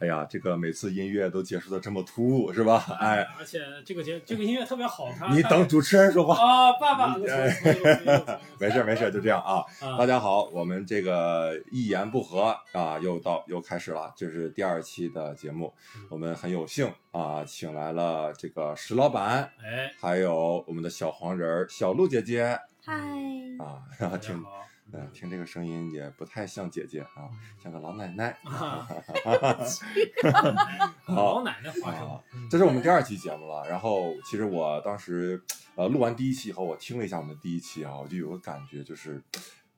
哎呀，这个每次音乐都结束的这么突兀，是吧？哎，而且这个节这个音乐特别好看。你等哎主持人说话。啊，爸爸，没事没事，就这样啊。嗯大家好，我们这个一言不合啊，又到又开始了，这是第二期的节目嗯。我们很有幸啊，请来了这个石老板，哎，还有我们的小黄人儿小鹿姐姐 嗨，啊，大家听好，呃听这个声音也不太像姐姐啊，像个老奶奶。啊， 好老奶嗯奶花生啊，这是我们第二期节目了。然后其实我当时呃录完第一期以后，我听了一下我们的第一期啊，我就有个感觉，就是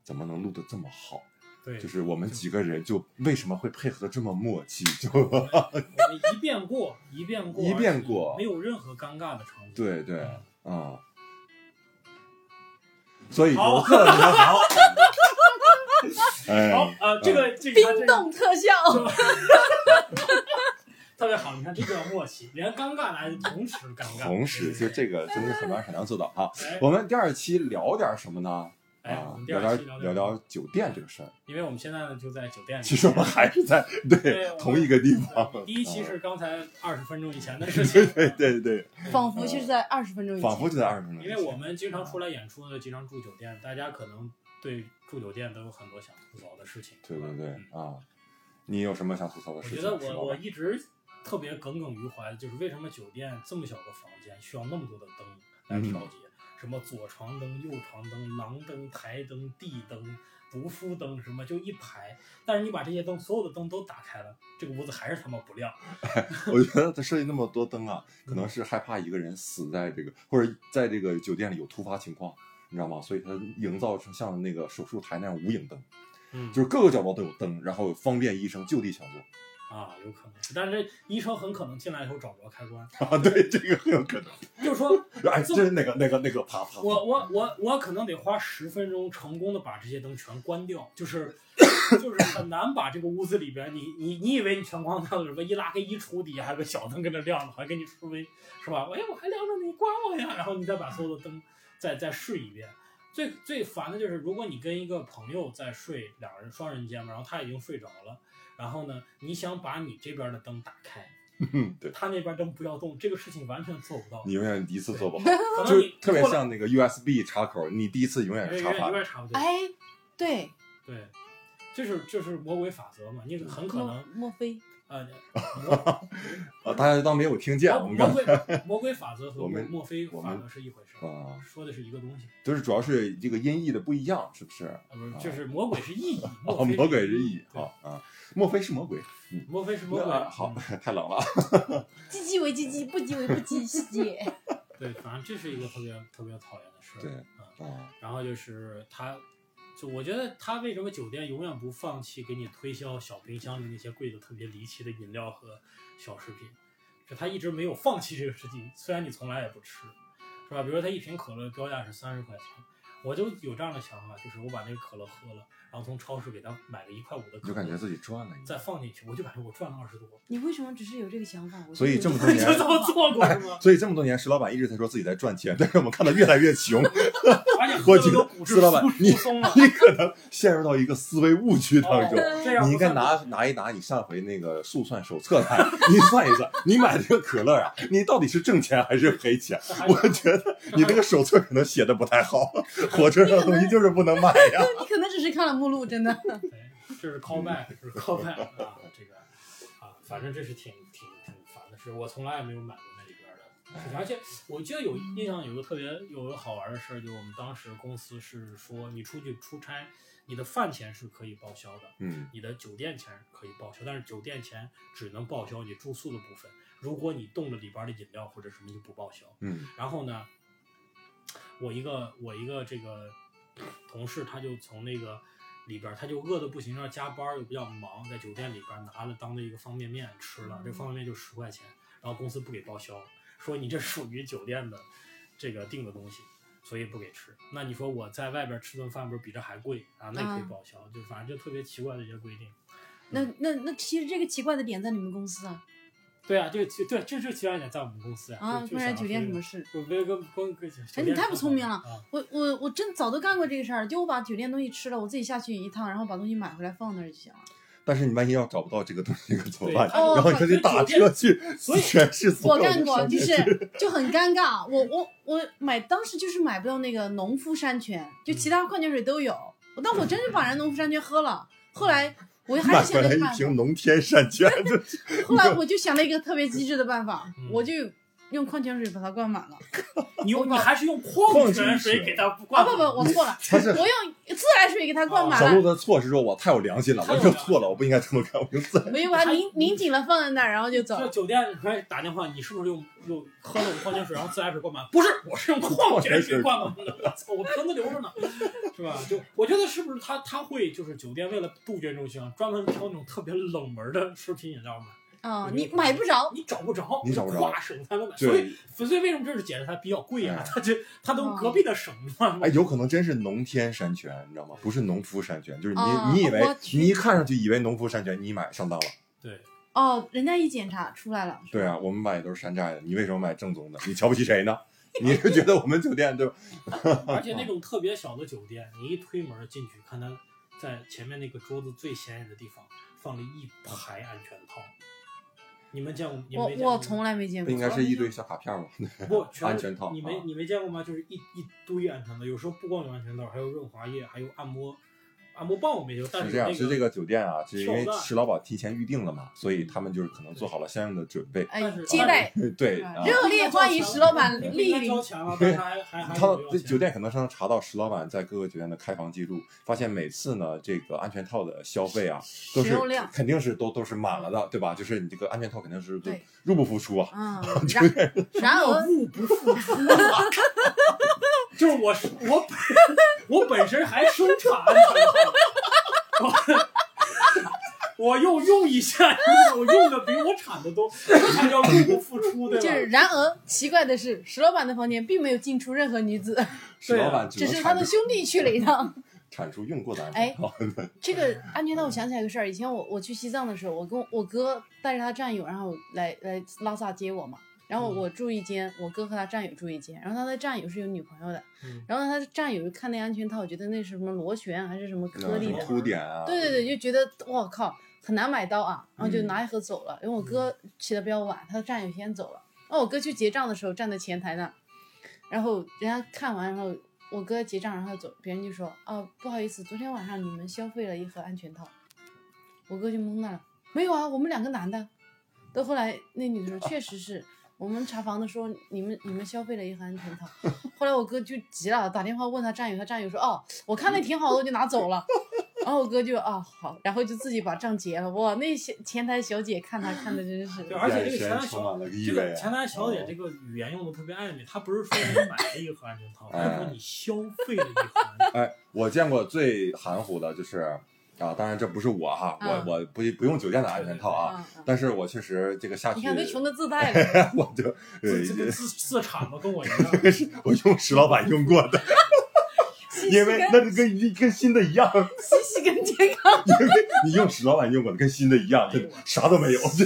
怎么能录得这么好？对，就是我们几个人就为什么会配合得这么默契？就 我们一遍过，一遍过，一遍过没有任何尴尬的程度。对对嗯啊、所以好游客你们好， 哎，好，呃，这个这个冰这个冻特效，特别好，你看这就叫默契，连尴尬来同时尴尬，同时就这个真是很难很难做到啊。哎我们第二期聊点什么呢？哎，啊我们，第聊二期聊聊聊，酒店这个事儿。因为我们现在呢就在酒店里。其 实我们还嗯是在对我们同一个地方。第一期是刚才二十分钟以前的 事情，对对对， 仿佛就是在二十分钟以前，仿佛就在二十分钟因以前。为我们经常出啊来演出的，经常住酒店，大家可能对住酒店都有很多想吐槽的事情。对对对嗯啊，你有什么想吐槽的我事情？觉得石老我我板一直特别耿耿于怀，就是为什么酒店这么小个房间需要那么多的灯来嗯调节？什么左床灯、右床灯、廊灯、台灯、地灯、读书灯，什么就一排。但是你把这些灯，所有的灯都打开了，这个屋子还是他妈不亮。我觉得他设计那么多灯啊，可能是害怕一个人死在这个，或者在这个酒店里有突发情况，你知道吗？所以他营造成像那个手术台那样无影灯，嗯就是各个角落都有灯，然后方便医生就地抢救。 啊，有可能是，但是这医生很可能进来以后找不着开关，啊，对，这个很有可能。就是说哎，这是那个那个那个，啪啪。啪我我我我可能得花十分钟，成功的把这些灯全关掉，就是就是很难把这个屋子里边，你你你以为你全关掉了，什么一拉开衣橱底下还有个小灯跟那亮着，还跟你说没是吧？哎，我还亮着，你关我呀！然后你再把所有的灯再再试一遍。最最烦的就是，如果你跟一个朋友在睡，两人双人间嘛，然后他已经睡着了，然后呢，你想把你这边的灯打开，嗯，对，他那边灯不要动，这个事情完全做不到你。永远第一次做不 好，可能就你是特别过了像那个 USB 插口，你第一次永远哎是有插点有反的。点插不对。哎，对，对，就是就是魔鬼法则嘛，你嗯很可莫能莫非呃，魔啊，大家就当没有听见。我们魔刚魔 鬼魔鬼法则和我墨们墨菲我法们则是一回事，啊，说的是一个东西，就是主要是这个音译的不一样，是不是？啊不是啊就是魔鬼是意义， 哦，非魔鬼是之意，对好啊，莫非是魔鬼？墨菲是魔鬼那，啊好嗯，太 冷了。唧唧为唧唧，不唧为不唧，细姐，对，反正这是一个特别特别讨厌的事，对啊，啊，然后就是他。就我觉得他为什么酒店永远不放弃给你推销小冰箱里那些贵的特别离奇的饮料和小食品，就他一直没有放弃这个事情，虽然你从来也不吃，是吧？比如说他一瓶可乐标价是三十块钱，我就有这样的想法，就是我把那个可乐喝了，然后从超市给他买个一块五的你可就乐，感觉自己赚了一再样。放进去，我就感觉我赚了二十多， 你为什么只是有这个想法？我所以就这有么多你年 就个这想么法做过是吗？ 所以这么多年，石老板一直在说自己在赚钱， 但是我们看他越来越穷， 而且喝的都骨质我觉得司老板疏你疏 松了，你可能陷入到一个思维误区当中。哦这样你不应该算拿拿一拿你上回那个速算手册来， 你算一算，你买这个可乐啊，你到底是挣钱还是赔钱？这还 是我觉得你那个手册可能写的不太 好，火车上的东西就是不能卖呀。你可能只是看了目录，真的。哎，这是 callback，这是 callback 啊，这个啊，反正这是挺挺挺烦的事，我从来也没有买过那里边的事情，而且我记得有印象有个特别有个好玩的事儿，就我们当时公司是说，你出去出差，你的饭钱是可以报销的，嗯，你的酒店钱可以报销，但是酒店钱只能报销你住宿的部分，如果你动了里边的饮料或者什么就不报销。嗯然后呢，我一个我一个这个同事，他就从那个里边儿，他就饿的不行，要加班儿又比较忙，在酒店里边儿拿了当的一个方便面吃了，这方便面就十块钱，然后公司不给报销，说你这属于酒店的这个订的东西。所以不给吃，那你说我在外边儿吃顿饭不是比这还贵啊？那也可以啊报销，就反正就特别奇怪的一些规定。那那那，其实这个奇怪的点在你们公司啊对啊，这个对，这是其他点在我们公司呀。啊，就不然酒店什么事？事？我跟跟跟跟。哎，你太不聪明了啊！我我我真早都干过这个事儿，就我把酒店东西吃了，我自己下去一趟，然后把东西买回来放那儿就行了。但是你万一要找不到这个东西可怎么对办？它哦然后你说得打车去所以全市所我有的干过，商就店是就很尴尬。我我我买当时就是买不到那个农夫山泉，就其他矿泉水都有，但我真是把人农夫山泉喝了。后来我还买是回想来了个一办瓶农天山泉， 法，后来我就想了一个特别机智的办法嗯，我就用矿泉水把它灌满了。你用你还是用矿矿泉泉水水给它啊灌哦不不，我错了，他是我用自来水给它灌满小了鹿。的错是说我太有良心了，太我有认良错了，我不应该这么干，我就自没有，把它拧拧紧了放在那儿，然后就走这了。酒店里面打电话，你是不是用用喝了我矿泉水，然后自来水灌满？不是，我是用矿泉水灌满的。我操，我瓶子留着呢，是吧？就我觉得是不是他他会就是酒店为了杜绝这种情况，专门挑那种特别冷门的食品饮料买，啊，你买不着，你找不着，你找不着跨省才能买。所以对，所以为什么这是解释它比较贵啊哎？它这它都隔壁的省嘛。哎，有可能真是农天山泉，你知道吗？不是农夫山泉，就是你、啊你以为我去你一看上去以为农夫山泉，你一买上当了。对，哦，人家一检查出来了，对啊，我们买的都是山寨的，你为什么买正宗的？你瞧不起谁呢？你是觉得我们酒店对吧？而且那种特别小的酒店，你一推门进去，看它在前面那个桌子最显眼的地方放了一排安全套。你们见过？你们我没见过吗我 从来没见不过应。该是一堆小卡片吗？ 不 全安全套你啊没你没见过吗？就是一一堆安全套，有时候不光有安全套，还有润滑液，还有按摩按摩棒，我没有，但是这那样，个是这个酒店啊，是因为手段石老板提前预定了嘛，所以他们就是可能做好了相应的准备。哎但是， 哦接待对啊，热烈欢迎石老板莅应该交临。钱了，但是 还还还他有要这钱酒店可能上查到石老板在各个酒店的开房记录，发现每次呢这个安全套的消费啊，都使是用量肯定是都都是满了的，对吧？就是你这个安全套肯定是对入不敷出啊。嗯，然然 而物不付出， 就是我是我本 我本身还生产安全套， 我我又用一下，我用的比我产的多，这才叫入不敷出，对就吧？是然而奇怪的是，石老板的房间并没有进出任何女子，石老板只只能啊是他的产哎出兄弟去了一趟。 产出用过的安全套，这个安全套，我想起来个事儿。以前我我去西藏的时候，我跟我哥带着他战友，然后来来拉萨接我嘛。然后嗯我住一间，我哥和他战友住一间。然后他的战友是有女朋友的，嗯然后他的战友就看那安全套，觉得那是什么螺旋啊还是什么 颗嗯粒什的么，凸点啊，对对对，就觉得我靠很难买到啊，然后就嗯拿一盒走了。因为我哥起的比较晚，他的战友先走了。然后我哥去结账的时候站在前台那儿，然后人家看完，然后我哥结账，然后走，别人就说：“哦，不好意思，昨天晚上你们消费了一盒安全套。”我哥就懵那了，没有啊，我们两个男的。到后来那女的说，确实是。我们查房的时候，你们你们消费了一盒安 全套，后来我哥就急了，打电话问他战友，他战友说哦，我看那挺好的，我就拿走了。 然后我哥就啊好，然后就自己把账结了。哇，那些前台小姐看他看的真是，对，而且这眼个神前台充小满了意这味个啊。前台小姐这个语言用的特别暧昧，她不是说你买了一盒安全套，哎她说你消费了一盒安全套。哎，我见过最含糊的就是啊，当然这不是我哈，嗯我我不不用酒店的安全套啊，啊，啊但是我啊确实这个下去你，看都穷的自带了， 我就这这呃个自自产吧，跟我一样。我用石老板用过的，因为那就跟跟新的一样，洗洗 跟健康。因为你用石老板用过的跟新的一样，这啊啥都没有，这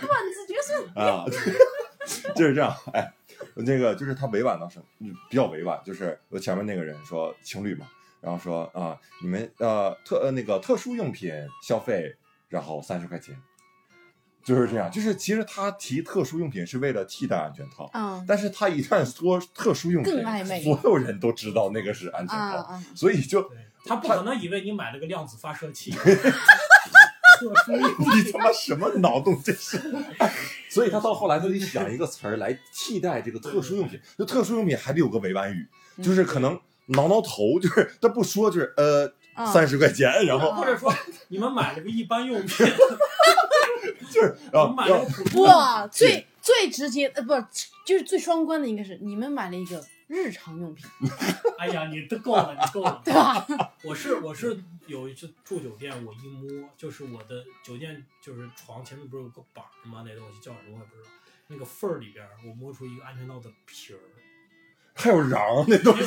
段子绝 是啊，就是这样。哎，那个就是他委婉到什么，嗯比较委婉，就是我前面那个人说情侣嘛，然后说啊、你们呃特呃那个特殊用品消费，然后三十块钱，就是这样。就是其实他提特殊用品是为了替代安全套，嗯但是他一旦说特殊用品更暧昧，所有人都知道那个是安全啊套，啊，所以就对，她不可能以为你买了个量子发射 器。特殊用品你他妈什么脑洞这是？ 所以他到后来他得想一个词儿来替代这个特殊用品，就特殊用品还得有个委婉语，嗯就是可能挠挠头，就是他不说，就是呃啊三十块钱，然后或 者说你们买了个一般用品，就是嗯 我 然后们买然了后个普通的。嗯 哇，最最直接呃，不是就是最双关的应该是你们买了一个日常用品，哎呀，你都够了，你够了，对啊吧？我是我是有一次住酒店，我一摸就是我的酒店就是床前面不是有个板儿吗？那东西叫什么我也不知道。那个缝儿里边儿，我摸出一个安全套的皮儿，还有瓤那东西，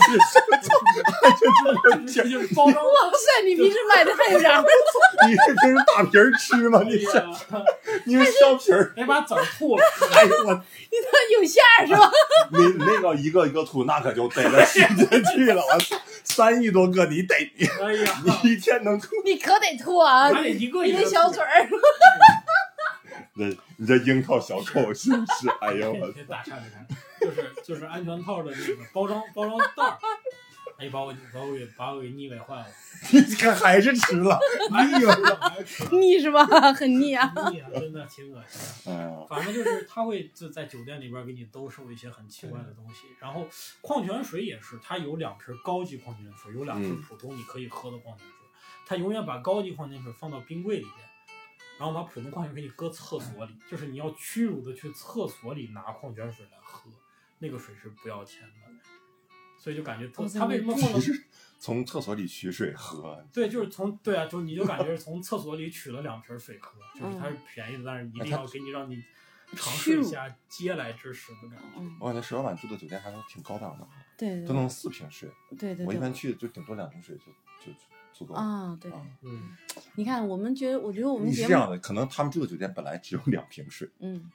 这就是包装。哇塞，你平时买的还有啥？你是真是大皮儿吃吗？哎你是呀， 你是削皮儿？得把籽儿 吐了。哎呦我，你他妈有馅儿是吧？你那个一个一个吐，那可就逮着时间去了，我操！三亿多个，你得哎呀，你一天能吐，你可得吐啊！还得一个你一那个小嘴儿，你你这樱桃小口是不是？哎呀我，别打岔别打岔，就是就是安全套的那个包装包装袋儿，哎，把我把我给把我给腻歪坏了， 你看还是吃 了，哎呀，还是腻是吧？很腻啊！腻啊，真的挺恶心的。哎呀，反正就是他会就在酒店里边给你兜售一些很奇怪的东西，然后矿泉水也是，它有两瓶高级矿泉水，有两瓶嗯普通你可以喝的矿泉水，它永远把高级矿泉水放到冰柜里边，然后把普通矿泉水给你搁厕所里，就是你要屈辱的去厕所里拿矿泉水来喝，那个水是不要钱的，所以就感觉他我怎他么为什么不放到不是 从厕所里取水喝，对，就是从对啊，就是你就感觉是从厕所里取了两瓶水喝，就是它是嗯便宜的，但是一定要给你让你尝试一下嗟来之食的感觉。嗯，我感觉石老板住的酒店还挺高档的，对都对能四瓶水，对嗯对我一般对。去就顶多两瓶水就就就足够了。啊，对，啊嗯，你看，我们觉得，我觉得我们你是节这目样，的，可能他们住的酒店本来只有两瓶水，嗯，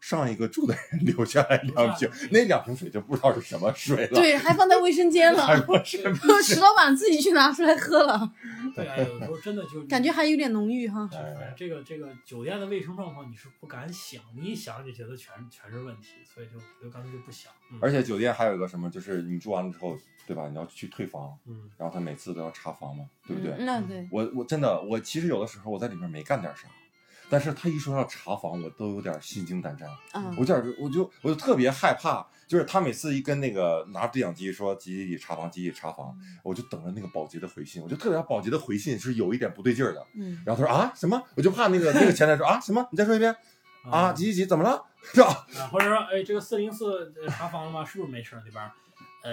上一个住的人留下来两瓶 留下来，那两瓶水就不知道是什么水了。对，还放在卫生间了，还不是石老板自己去拿出来喝了，对啊，有时候真的就感觉还有点浓郁哈。哎这个这个酒店的卫生状况你是不敢想，你一想就觉得全全是问题，所以就就干脆就不想。嗯而且酒店还有一个什么，就是你住完了之后，对吧？你要去退房，嗯，然后他每次都要查房嘛，对不对？嗯那对，我我真的我其实有的时候我在里面没干点啥，但是他一说要查房，我都有点心惊胆战。啊我，有点我就我就特别害怕，就是他每次一跟那个拿对讲机说集体查房，集体查房，嗯我就等着那个保洁的回信，我就特别怕保洁的回信是有一点不对劲儿的。嗯，然后他说啊什么，我就怕那个那个前台说啊什么，你再说一遍嗯啊几几几怎么了 是 吧？啊，或者说，哎，这个四零四查房了吗？是不是没事儿？那边儿，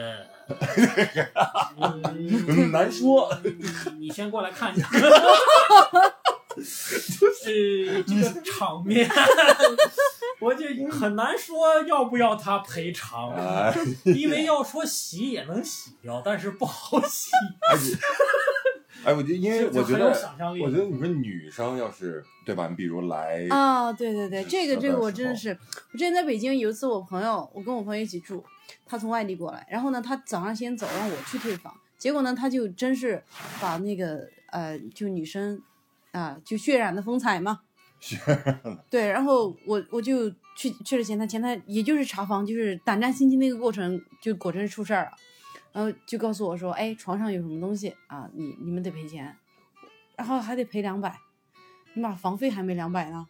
呃，嗯嗯难说。你你先过来看一下。 哎呃，这个场面，我就很难说要不要他赔偿，哎， 因为要说洗也能洗掉，但是不好洗。哎你哎，我就因为就就我觉很有得，想象力，我觉得你说女生要是对吧，你比如来啊，对对对，是这小个这个的我时真的候是，我之前在北京有一次，我朋友，我跟我朋友一起住，他从外地过来，然后呢，他早上先走，让我去退房，结果呢，他就真是把那个呃，就女生啊、就血染的风采嘛，学对，然后我我就去去了前台，前台也就是查房，就是胆战心惊那个过程，就果真出事儿了，然后就告诉我说，哎，床上有什么东西啊，你你们得赔钱，然后还得赔两百，你妈房费还没两百呢，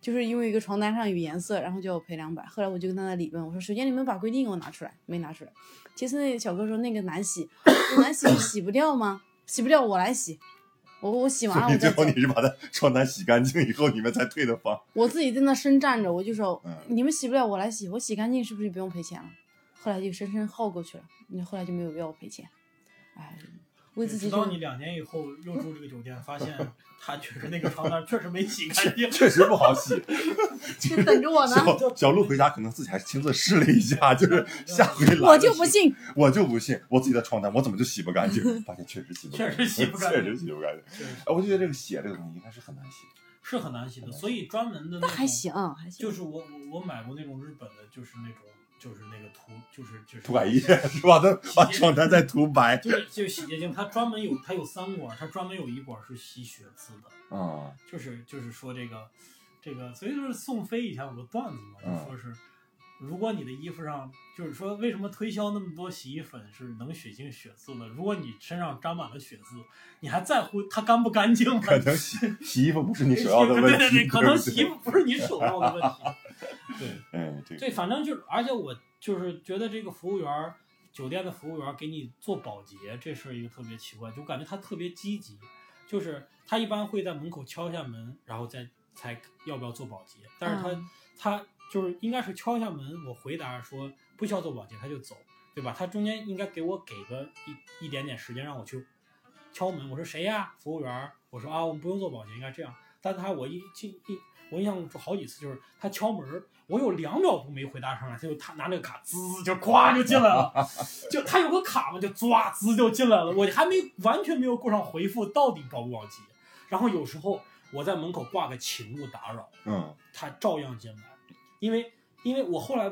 就是因为一个床单上有颜色，然后就要赔两百。后来我就跟他在理论，我说首先你们把规定给我拿出来，没拿出来。其次那个小哥说那个难洗，我说难洗洗不掉吗？洗不掉我来洗，我我洗完了所啊我以最再后走 你。是把他床单洗干净以后，你们才退的房。我自己在那深站着，我就说、嗯。你们洗不了，我来洗，我洗干净是不是就不用赔钱了？后来就深深耗过去了，你后来就没有要我赔钱，哎，为自己直就到你两年以后又住这个酒店，发现他确实那个床单确实没洗干 净确实不好洗。 就等着我呢，小小鹿回家可能自己还亲自试了一下，就是下回来我就不，信，我就不信，我自己的床单我怎么就洗不干净？ 发现确实洗不干净，确实洗不干 净确实洗不干净。确实哎，我就觉得这个血这个东西应该是很难洗。是很难洗的，所以专门的那那种还行，还行，就是我我我买过那种日本的，就是那种就是那个涂就是就是涂改液是吧？他把床单再涂白。就是就是洗洁精，它专门有它有三管，它专门有一管是吸血渍的，啊，就是就是说这个这个，所以就是宋飞以前有个段子嘛，嗯就说是如果你的衣服上就是说为什么推销那么多洗衣粉是能血清血渍的，如果你身上沾满了血渍，你还在乎它干不干净吗？可能洗洗衣服不是你首要的问对对题，对，可能对不对洗衣服不是你首要的问题，对。嗯，这个对，反正就是，而且我就是觉得这个服务员儿，酒店的服务员儿给你做保洁这事儿一个特别奇怪，就感觉他特别积极，就是他一般会在门口敲一下门，然后再才要不要做保洁，但是他、嗯他就是应该是敲一下门，我回答说不需要做保洁，他就走，对吧？他中间应该给我给个一一点点时间让我去敲门，我说谁呀？服务员儿，我说啊，我们不用做保洁，应该这样。但他我一进一，我印象中好几次就是他敲门儿，我有两秒钟没回答上来，他就他拿那个卡滋就咵就进来了，就他有个卡嘛，就抓滋就进来了，我还没完全没有顾上回复到底保不保洁。然后有时候我在门口挂个请勿打扰，嗯他照样进来，因为因为我后来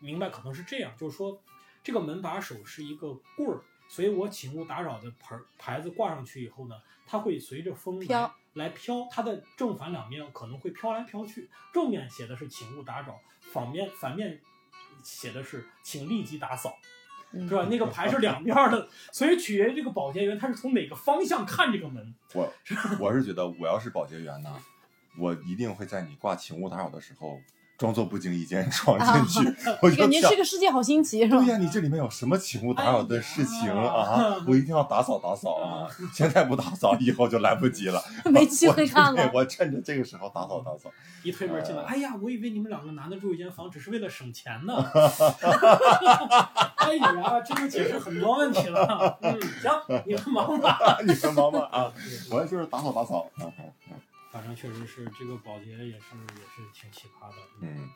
明白可能是这样，就是说这个门把手是一个棍儿，所以我请勿打扰的牌儿牌子挂上去以后呢，它会随着风来飘来飘，它的正反两面可能会飘来飘去。正面写的是请勿打扰，反面反面写的是请立即打扫，嗯是，吧？那个牌是两面儿的，所以取决于这个保洁员他是从哪个方向看这个门。我我是觉得，我要是保洁员呢，我一定会在你挂请勿打扰的时候，装作不经意间 闯进去。我就感觉想这，个世界好新奇，是吧对？呀、你这里面有什么请勿打扰的事情哎啊呀？我一定要打扫打扫啊！现在不打扫，以后就来不及了。没机会看对了，我趁着这个时候打扫打扫。 一推门进来，呃哎呀，我以为你们两个男的住一间房只是为了省钱 呢。哎呀，这就解释很多问题了。嗯，行，你们忙吧。你们忙吧啊！我就是打扫打扫啊。 反正确实是这个保洁也是也是挺奇葩的。嗯，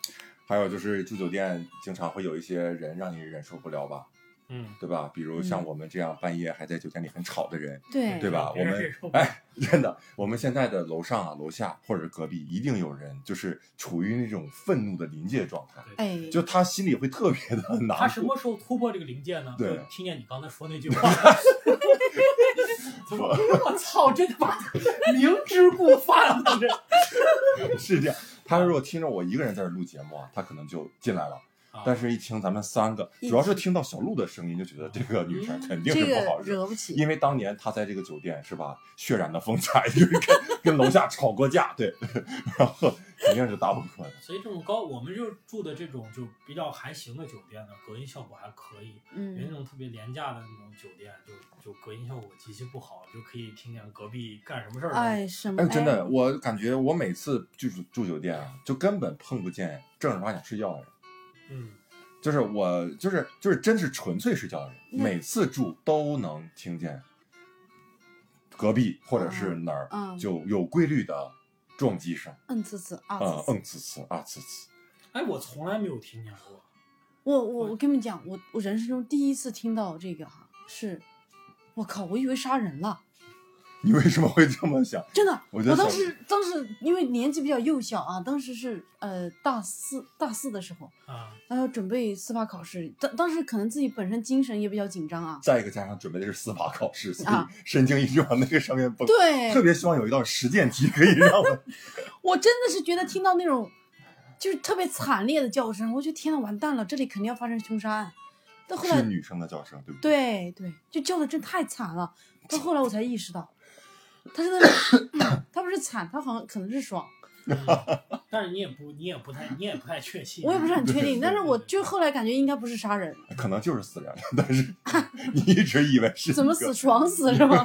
还有就是住酒店经常会有一些人让你忍受不了吧，嗯，对吧？比如像我们这样半夜还在酒店里很吵的人，对对 吧？我别人们忍受不了哎，真的，我们现在的楼上啊、楼下或者隔壁，一定有人就是处于那种愤怒的临界状态，哎，就他心里会特别的他难什受。么时候突破这个临界呢？对就听见你刚才说那句 话。怎么 我操！真的把他明知故犯了，这是这样，他如果听着我一个人在这录节目啊，他可能就进来了。啊但是，一听咱们三个，一主要是听到小鹿的声音，就觉得这个女生嗯肯定这是不个好惹。惹不起，因为当年她在这个酒店是吧，血染的风采，就是跟跟楼下吵过架，对， 然后肯定是打不过的。所以这种高，我们就住的这种就比较还行的酒店呢，隔音效果还可以。有那嗯，种特别廉价的那种酒店，就就隔音效果极其不好，就可以听见隔壁干什么事儿。啊哎，什么？哎，真的，我感觉我每次就是住酒店啊，就根本碰不见正儿八经睡觉的人，嗯，就是我就是就是真是纯粹睡觉的人，那每次住都能听见隔壁或者是哪儿嗯就有规律的撞击声，哎，嗯，次次啊，嗯次次嗯呲呲啊呲呲，哎，我从来没有听见过。我我我跟你们讲，我我人生中第一次听到这个哈，是，我靠，我以为杀人了，你为什么会这么想？真的。我我在想，当时当时因为年纪比较幼小啊，当时是呃大四大四的时候， 啊，然后准备司法考试，当当时可能自己本身精神也比较紧张啊再一个加上准备的是司法考试，所以啊神经一直往那个上面蹦。对特别希望有一道实践题可以让 我我真的是觉得听到那种就是特别惨烈的叫声，我觉得天呐，完蛋了，这里肯定要发生凶杀案。到后是来，女生的叫声，对不对？对对，就叫的真太惨了。到后来我才意识到，他是 那种他不是惨，他好像可能是爽，嗯但是你也不，你也不太，你也不太确信。我也不是很确对定。但是我就后来感觉应该不是杀人，可能就是死人了， 但是你一直以为是怎么一个死爽死是吧？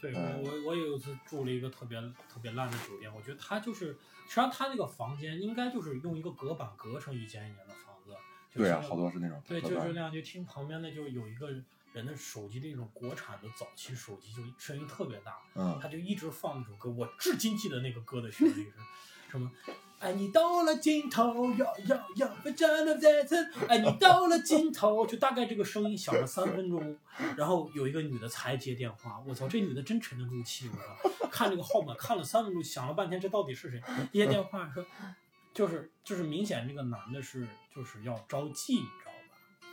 对嗯我我我有一次住了一个特别特别烂的酒店，我觉得它就是，实际上它那个房间应该就是用一个隔板隔成一间一间的房子。就对啊，像好多是那种对，特就段是那样。就听旁边的，就有一个人的手机的那种国产的早期手机，就声音特别大。嗯，他就一直放那首歌，我至今记得那个歌的旋律是什么。爱你到了尽头，要要要，不真的再次。爱你到了尽头，就大概这个声音响了三分钟，然后有一个女的才接电话。我操，这女的真沉得住气，我操！看这个号码看了三分钟，想了半天，这到底是谁？接电话说，就是就是明显这个男的是就是要着急，你知道吧？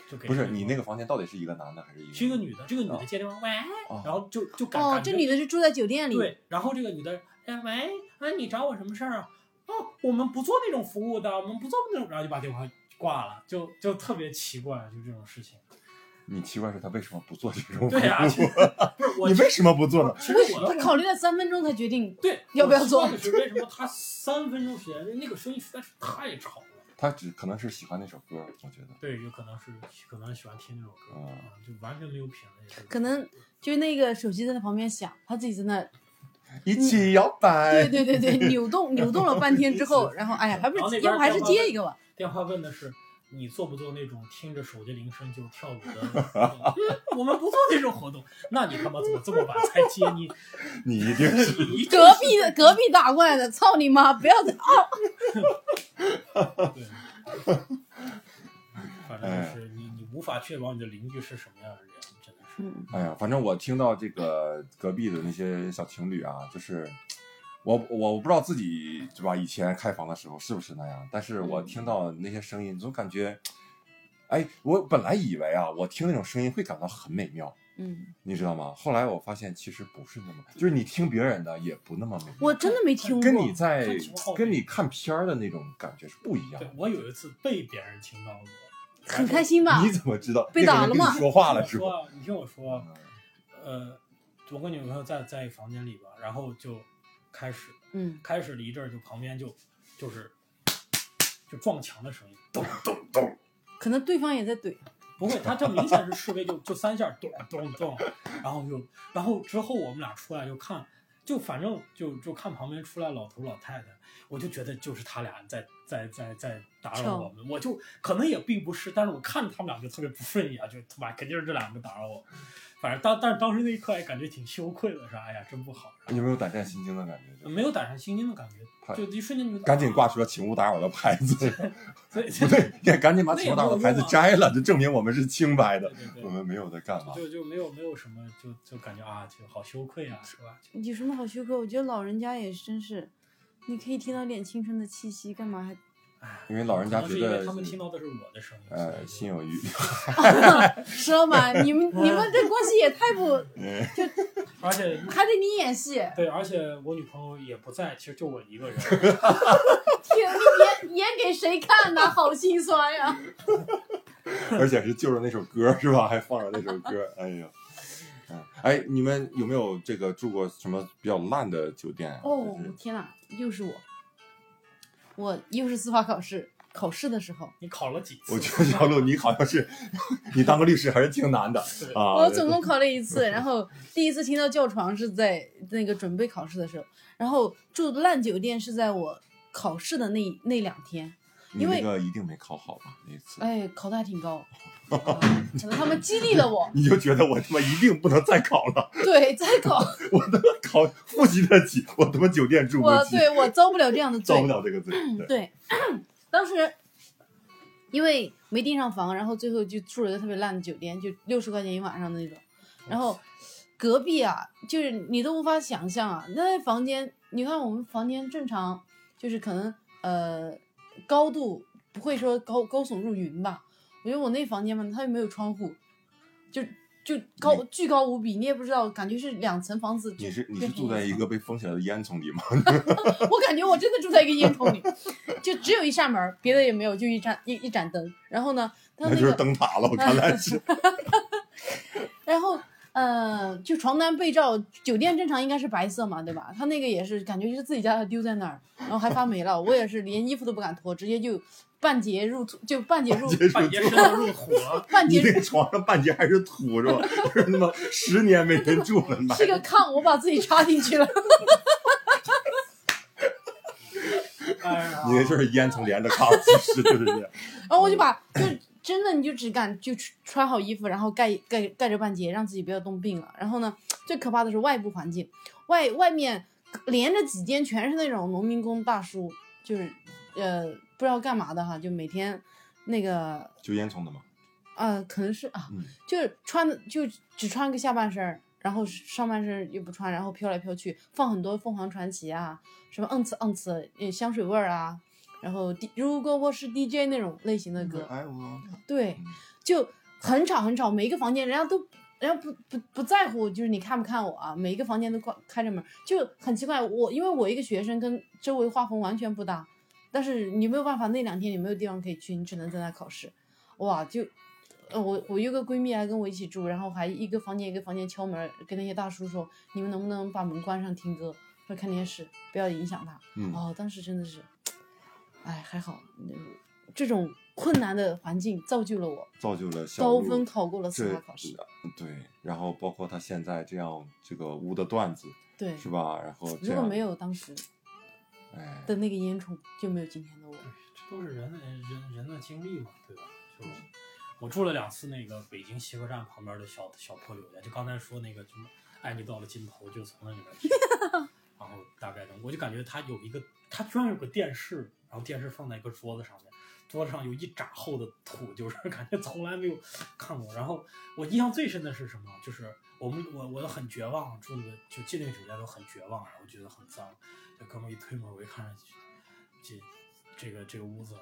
就给不是这个你那个房间到底是一个男的还是一个？是一个女的，这个女的接电话，喂，哦然后就就感哦，感觉这女的是住在酒店里，对，然后这个女的，哎喂，啊你找我什么事儿啊？哦，我们不做那种服务的，我们不做那种，然后就把电话挂了，就就特别奇怪，就这种事情。你奇怪是他为什么不做这种对呀、服其务实不 是我你，为什么不做呢？其为实什我么她考虑了三分钟才决定？对要不要做我奇怪的是为什么他三分钟时间，那个声音实在是太吵了。他只可能是喜欢那首歌，我觉嗯得。对，有可能是可能喜欢听那首歌嗯啊，就完全没有品味。可能就那个手机在她旁边响，她自己在那一起摇摆对，对对对，扭动扭动了半天之后，然后哎呀，还不然后那是边要不还是接一个吧？电话问的是。你做不做那种听着手机铃声就跳舞的活动？嗯我们不做那种活动。那你他妈怎么这么晚才接你？你一定 是你隔壁的隔壁打过来的，操你妈！不要再啊！对，反正哎就是你你无法确保你的邻居是什么样的人，真的是。嗯，哎呀，反正我听到这个隔壁的那些小情侣啊，就是我我我不知道自己对吧，以前开房的时候是不是那样，但是我听到那些声音，总感觉哎，我本来以为啊，我听那种声音会感到很美妙，嗯，你知道吗？后来我发现其实不是那么，就是你听别人的也不那么美妙，我真的没听过。跟你在看情况跟你看片儿的那种感觉是不一样对的。我有一次被别人听到过，很开心吧你？怎么知道被打了那个人吗跟你说话了之听后，我说啊，你听我说，嗯呃，我跟女朋友在在房间里吧，然后就开始嗯，开始了一阵儿，就旁边就就是就撞墙的声音，咚咚咚，可能对方也在怼。不会，他这明显是示威，就就三下儿咚咚咚，然后就然后之后我们俩出来就看，就反正就就看旁边出来老头老太太，我就觉得就是他俩在在在在打扰我们，我就可能也并不是，但是我看他们俩就特别不顺眼，就他妈肯定是这两个打扰我们，反正当但是当时那一刻也感觉挺羞愧的，说哎呀真不好，有没有胆战心惊的感觉？就是没有打上心惊的感觉，太就一瞬间就赶紧挂出了“请勿打扰”的牌子，所以不 对，也赶紧把“那请也勿打扰”的没有牌子用啊摘了，就证明我们是清白对的，对我对，们没有在干嘛。就就没有没有什么，就就感觉啊，就好羞愧啊，是吧？有什么好羞愧？我觉得老人家也真是，你可以听到点青春的气息，干嘛还？哎，因为老人家可能是觉得因为他们听到的是我的声音，所以呃，就心有余。 知道吗？你们你们这关系也太不，嗯而且还得你演戏，对，而且我女朋友也不在，其实就我一个人，天，你演演给谁看呢？好心酸呀！而且是就着那首歌是吧？还放着那首 歌，哎呀，嗯，哎，你们有没有这个住过什么比较烂的酒店啊？ 哦，就我是 天哪，又是我，我又是司法考试，考试的时候，你考了几次？我觉得小鹿，你好像是 你当个律师还是挺难的对啊。我总共考了一次，然后第一次听到叫床是在那个准备考试的时候，然后住烂酒店是在我考试的那那两天，你因那为个一定没考好吧？那次哎，考的还挺高，啊可能他们激励了我，你就觉得我他妈一定不能再考了， 对，再考 我他妈考复习得起，我他妈酒店住不我起，对我遭不了这样的遭罪不，了这个罪。对嗯对， 当时因为没订上房，然后最后就住了一个特别烂的酒店，就六十块钱一晚上的那种。然后隔壁啊，就是你都无法想象啊，那房间，你看我们房间正常，就是可能呃高度不会说高高耸入云吧。我觉得我那房间嘛，它又没有窗户，就就高巨高无比，你也不知道，感觉是两层房子就你是你变是成住在层一个被封起来的烟囱 里吗？我感觉我真的住在一个烟囱里，就只有一扇门儿，别的也没有，就一盏一一盏灯。然后呢，它那那就是个，灯塔了，我看来 是。然后呃，就床单被罩，酒店正常应该是白色嘛，对吧？他那个也是，感觉就是自己家的丢在那儿，然后还发霉了。我也是连衣服都不敢脱，直接就半截入土，就半截入结束半夜深入火，半你截那入个床上半截还是土是吧？ 就是他妈十年没人住了，妈是个炕，我把自己插进去了。哎呀，你那就是烟囱连着炕，其实就是 这样。然后我就把就真的你就只敢就穿穿好衣服，然后盖盖盖着半截，让自己不要冻病了。然后呢，最可怕的是外部环境，外外面连着几间全是那种农民工大叔，就是呃不知道干嘛的哈，就每天那个就烟囱的嘛，呃可能是啊，嗯就是穿的就只穿个下半身儿。然后上半身儿又不穿，然后飘来飘去，放很多凤凰传奇啊，什么嗯呲嗯呲，嗯香水味儿啊，然后 D, 如果我是 DJ 那种类型的歌，爱我。对嗯，就很吵很吵，每一个房间人家都人家不不不在乎，就是你看不看我啊，每一个房间都关开着门，就很奇怪。我因为我一个学生跟周围画风完全不搭，但是你没有办法，那两天你没有地方可以去，你只能在那考试。哇，就。呃，我我有个闺蜜啊还跟我一起住，然后还一个房间一个房间敲门，跟那些大叔说，你们能不能把门关上听歌或者看电视，不要影响他。嗯，哦，当时真的是，哎，还好，嗯这种困难的环境造就了我，造就了小高鹿分考过了司这法考试。对，然后包括他现在这样这个污的段子对，是吧？然后这如果样没有当时哎，的那个烟囱，就没有今天的我。这都是人的人人的经历嘛，对吧？就是我住了两次那个北京西客站旁边的小小破酒店，就刚才说那个什么爱你到了尽头，就从那里面去，然后大概的，我就感觉它有一个，它居然有个电视，然后电视放在一个桌子上面。桌子上有一拃厚的土，就是感觉从来没有看过。然后我印象最深的是什么？就是我们我我很绝望，住那个就进那个酒店都很绝望，然后觉得很脏。这哥们儿一推门，我一看这这这个这个屋子，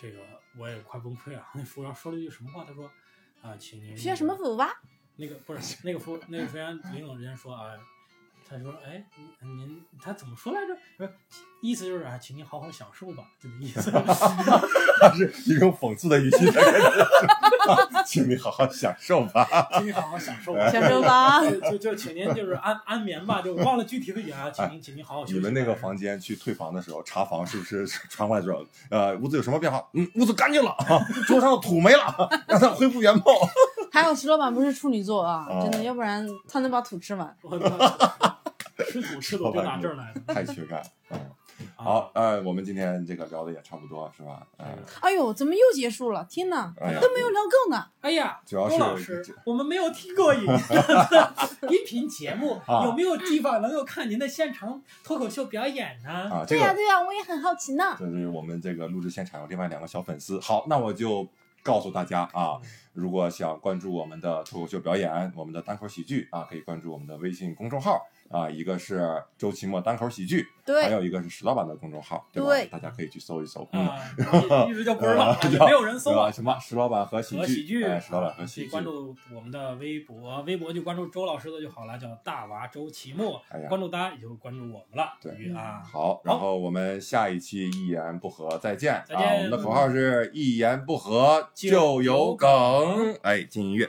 这个我也快崩溃了。那服务员说了一句什么话？他说：“啊，请您需要什么服务吧？那个不是那个服那个服务员领导人家说啊，他说哎您您他怎么说来着？说意思就是啊，请您好好享受吧，就这意思。 他是一种讽刺的语气在跟你说，请你好好享受吧。请您好好享受哎吧，享受吧。就就就请您就是安安眠吧，就忘了具体的语言 啊，请您请您好好休息 你吧。们那个房间去退房的时候，查房是不是 传过来说，呃，屋子有什么变化？嗯，屋子干净了 啊，桌上的土没了， 让它恢复原貌。还好石老板不是处女座啊，啊真的，要不然他能把土吃完。 我操，吃土吃土就拿这儿来的。太缺钙。嗯，啊 好，，呃，我们今天这个聊的也差不多是吧？嗯，哎呦，怎么又结束了？天哪，哎呀啊都没有聊够呢。哎呀，主要郭老是师，我们没有听 过影像的音频节目，啊有没有地方能够看您的现场脱口秀表演呢？啊，这对呀、个对呀、我也很好奇呢。这是我们这个录制现场有另外两个小粉丝。好，那我就。告诉大家嗯啊，如果想关注我们的脱口秀表演、我们的单口喜剧啊，可以关注我们的微信公众号啊，一个是周奇墨单口喜剧，还对，有一个是石老板的公众号，对吧？对大家可以去搜一搜。嗯，啊，一 一直就不知道了，也没有人搜是吧？啊。什么石老板和喜和喜剧，啊哎，石老板和喜可以剧，关注我们的微博，微博就关注周老师的就好了，叫大娃周奇墨哎呀，关注他也就关注我们了。对于啊，好，然后我们下一期一言不合再见再啊！见我们的口号是一言不合就就有有梗。哎，进音乐。